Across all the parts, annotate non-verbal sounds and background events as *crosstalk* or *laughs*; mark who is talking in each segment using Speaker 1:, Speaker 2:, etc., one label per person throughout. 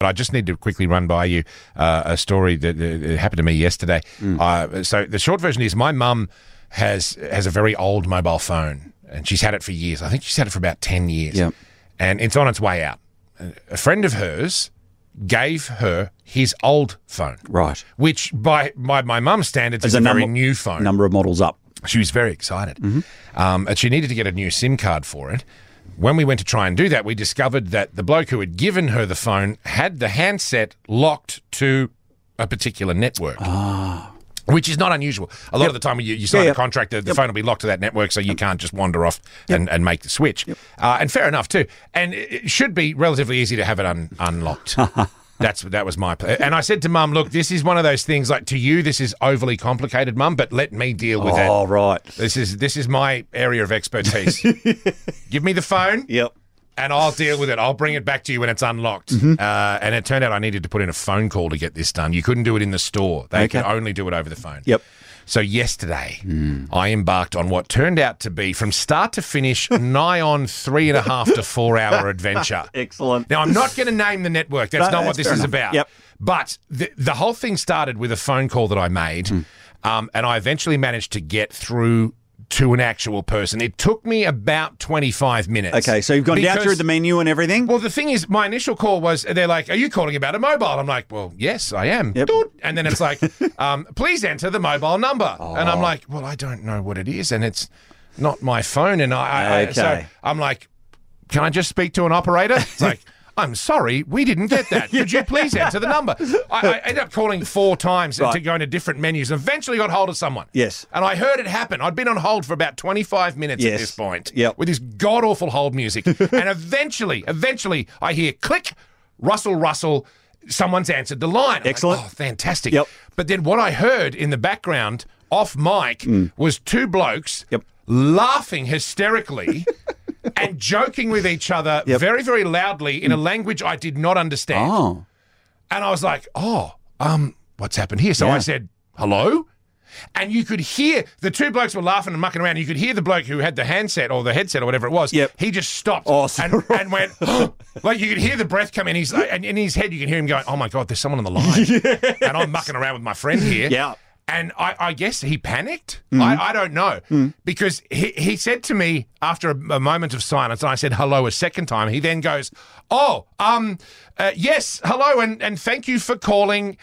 Speaker 1: But I just need to quickly run by you uh, a story that uh, happened to me yesterday. Uh, so the short version is my mum has has a very old mobile phone, and she's had it for years. I think she's had it for about ten years,
Speaker 2: Yep.
Speaker 1: and it's on its way out. A friend of hers gave her his old phone,
Speaker 2: Right.
Speaker 1: which by by my mum's standards is a, very
Speaker 2: number-
Speaker 1: new phone.
Speaker 2: Number of models up.
Speaker 1: She was very excited. Um, and she needed to get a new SIM card for it. When we went to try and do that, we discovered that the bloke who had given her the phone had the handset locked to a particular network. Which is not unusual. A lot of the time, you, you sign
Speaker 2: Ah. Yeah, yeah.
Speaker 1: a contract, the, the phone will be locked to that network, so you can't just wander off and, and make the switch. Uh, and fair enough, too. And it it should be relatively easy to have it un-
Speaker 2: *laughs*
Speaker 1: unlocked. That's that was my plan. And I said to Mum, "Look, this is one of those things. Like to you, this is overly complicated, Mum. But let me deal with it.
Speaker 2: Oh, right.
Speaker 1: This is this is my area of expertise. Give me the phone,
Speaker 2: Yep.
Speaker 1: and I'll deal with it. I'll bring it back to you when it's unlocked. Uh, and it turned out I needed to put in a phone call to get this done. You couldn't do it in the store. They could only do it over the phone.
Speaker 2: Yep.
Speaker 1: So yesterday, I embarked on what turned out to be, from start to finish, nigh on three and a half to four hour adventure.
Speaker 2: Excellent.
Speaker 1: Now, I'm not going to name the network. That's not
Speaker 2: No,
Speaker 1: what
Speaker 2: that's
Speaker 1: this
Speaker 2: fair
Speaker 1: is
Speaker 2: enough.
Speaker 1: about.
Speaker 2: Yep.
Speaker 1: But the, the whole thing started with a phone call that I made,
Speaker 2: Hmm.
Speaker 1: um, and I eventually managed to get through to an actual person. It took me about 25 minutes.
Speaker 2: Okay, so you've gone down
Speaker 1: Because-
Speaker 2: through the menu and everything.
Speaker 1: well, the thing is, my initial call was they're like, "Are you calling about a mobile?" I'm like, "Well, yes, I am."
Speaker 2: Yep.
Speaker 1: Doot. And then it's
Speaker 2: *laughs*
Speaker 1: like, um, "Please enter the mobile number," and
Speaker 2: Oh.
Speaker 1: I'm like, "Well, I don't know what it is, and it's not my phone." And I, I I- so
Speaker 2: Okay.
Speaker 1: I'm like, "Can I just speak to an operator?" It's
Speaker 2: *laughs*
Speaker 1: like. I'm sorry, we didn't get that. Could you please enter the
Speaker 2: *laughs*
Speaker 1: number? I, I ended up calling four times to
Speaker 2: Right.
Speaker 1: go into different menus and eventually got hold of someone.
Speaker 2: Yes.
Speaker 1: And I heard it happen. I'd been on hold for about 25 minutes at
Speaker 2: Yes.
Speaker 1: this point
Speaker 2: Yep.
Speaker 1: with his god awful hold
Speaker 2: *laughs*
Speaker 1: music. and eventually, eventually, I hear click, Russell, Russell, someone's answered the line. I'm like,
Speaker 2: Excellent.
Speaker 1: oh, fantastic.
Speaker 2: Yep.
Speaker 1: But then what I heard in the background off mic was two blokes
Speaker 2: Hmm. Yep.
Speaker 1: laughing
Speaker 2: *laughs*
Speaker 1: hysterically. And joking with each other very, very loudly in a language I did not understand.
Speaker 2: Oh,
Speaker 1: And I was like, oh, um, what's happened here? So
Speaker 2: Yeah.
Speaker 1: I said, hello? And you could hear the two blokes were laughing and mucking around. You could hear the bloke who had the handset or the headset or whatever it was.
Speaker 2: Yep.
Speaker 1: He just stopped
Speaker 2: Oh, so-
Speaker 1: and, and went, *gasps* like you could hear the breath come in. He's like, and in his head, you can hear him going, oh my God, there's someone on the line. And I'm mucking around with my friend here.
Speaker 2: *laughs* Yeah. Mm.
Speaker 1: And I, I guess he panicked. I, I don't know. Because he, he said to me after a, a moment of silence, and I said hello a second time. He then goes, Oh, um, uh, yes, hello, and, and thank you for calling.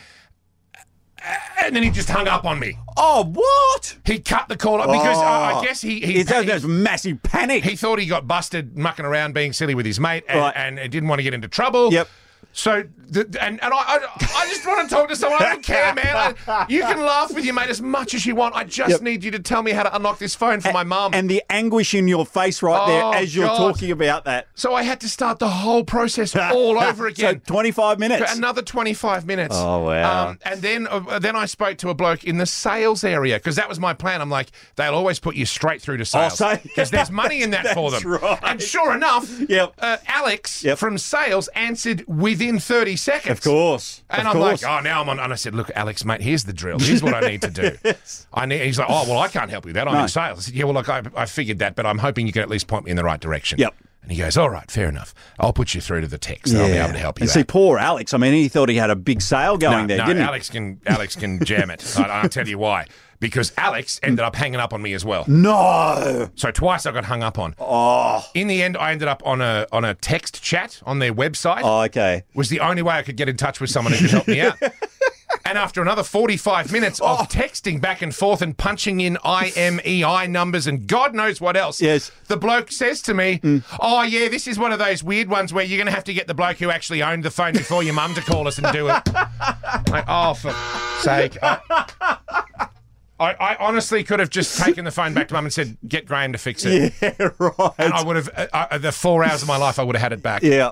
Speaker 1: And then he just hung up on me.
Speaker 2: oh, what?
Speaker 1: He cut the call because I, I
Speaker 2: Oh.
Speaker 1: guess he he,
Speaker 2: It's that
Speaker 1: he-
Speaker 2: that's massive panic.
Speaker 1: he thought he got busted mucking around being silly with his mate and,
Speaker 2: Right.
Speaker 1: and didn't want to get into trouble.
Speaker 2: Yep.
Speaker 1: So, the, and, and I, I, I just want to talk to someone. I don't care, man. I- you can laugh with your mate as much as you want. I just
Speaker 2: Yep.
Speaker 1: need you to tell me how to unlock this phone for my mum.
Speaker 2: and the anguish in your face right
Speaker 1: um, Oh,
Speaker 2: there as you're
Speaker 1: God.
Speaker 2: talking about that.
Speaker 1: so I had to start the whole process
Speaker 2: *laughs*
Speaker 1: all over again.
Speaker 2: So 25 minutes.
Speaker 1: Another 25 minutes.
Speaker 2: Oh, wow.
Speaker 1: Um, and then uh, then I spoke to a bloke in the sales area because that was my plan. I'm like, they'll always put you straight through to sales
Speaker 2: so-
Speaker 1: because there's money in
Speaker 2: *laughs*
Speaker 1: that for
Speaker 2: Oh, That's
Speaker 1: them.
Speaker 2: right.
Speaker 1: And sure enough,
Speaker 2: Yep.
Speaker 1: uh, Alex
Speaker 2: Yep.
Speaker 1: from sales answered within 30 seconds.
Speaker 2: of course.
Speaker 1: And
Speaker 2: of
Speaker 1: I'm
Speaker 2: course.
Speaker 1: like, oh, now I'm on. And I said, look, Alex, mate, here's the drill. Here's what I need to
Speaker 2: *laughs*
Speaker 1: do. I need. He's like, oh, well, I can't help you with that. I'm in sales. I said, yeah, well, look, I, I figured that, but I'm hoping you can at least point me in the right direction.
Speaker 2: Yep.
Speaker 1: And he goes, all right, fair enough. I'll put you through to the text. And I'll be able to help you
Speaker 2: And
Speaker 1: out.
Speaker 2: see, poor Alex. I mean, he thought he had a big sale going
Speaker 1: No,
Speaker 2: there,
Speaker 1: no,
Speaker 2: didn't he?
Speaker 1: Alex can Alex can jam it. I, will tell you why. Because Alex ended up hanging up on me as well.
Speaker 2: No. *laughs*
Speaker 1: So twice I got hung up on.
Speaker 2: Oh.
Speaker 1: In the end, I ended up on a on a text chat on their website.
Speaker 2: Oh, okay. *laughs*
Speaker 1: Was the only way I could get in touch with someone who could help me out. And after another 45 minutes
Speaker 2: Oh.
Speaker 1: of texting back and forth and punching in IMEI numbers and God knows what else,
Speaker 2: Yes. Mm.
Speaker 1: the bloke says to me, Oh, yeah, this is one of those weird ones where you're going to have to get the bloke who actually owned the phone before your mum to call us and do it. like, oh, for sake. I, I, I honestly could have just taken the phone back to mum and said, Get Graham to fix it.
Speaker 2: Yeah, right.
Speaker 1: And I would have, uh, uh, the four hours of my life, I would have had it back.
Speaker 2: Yeah.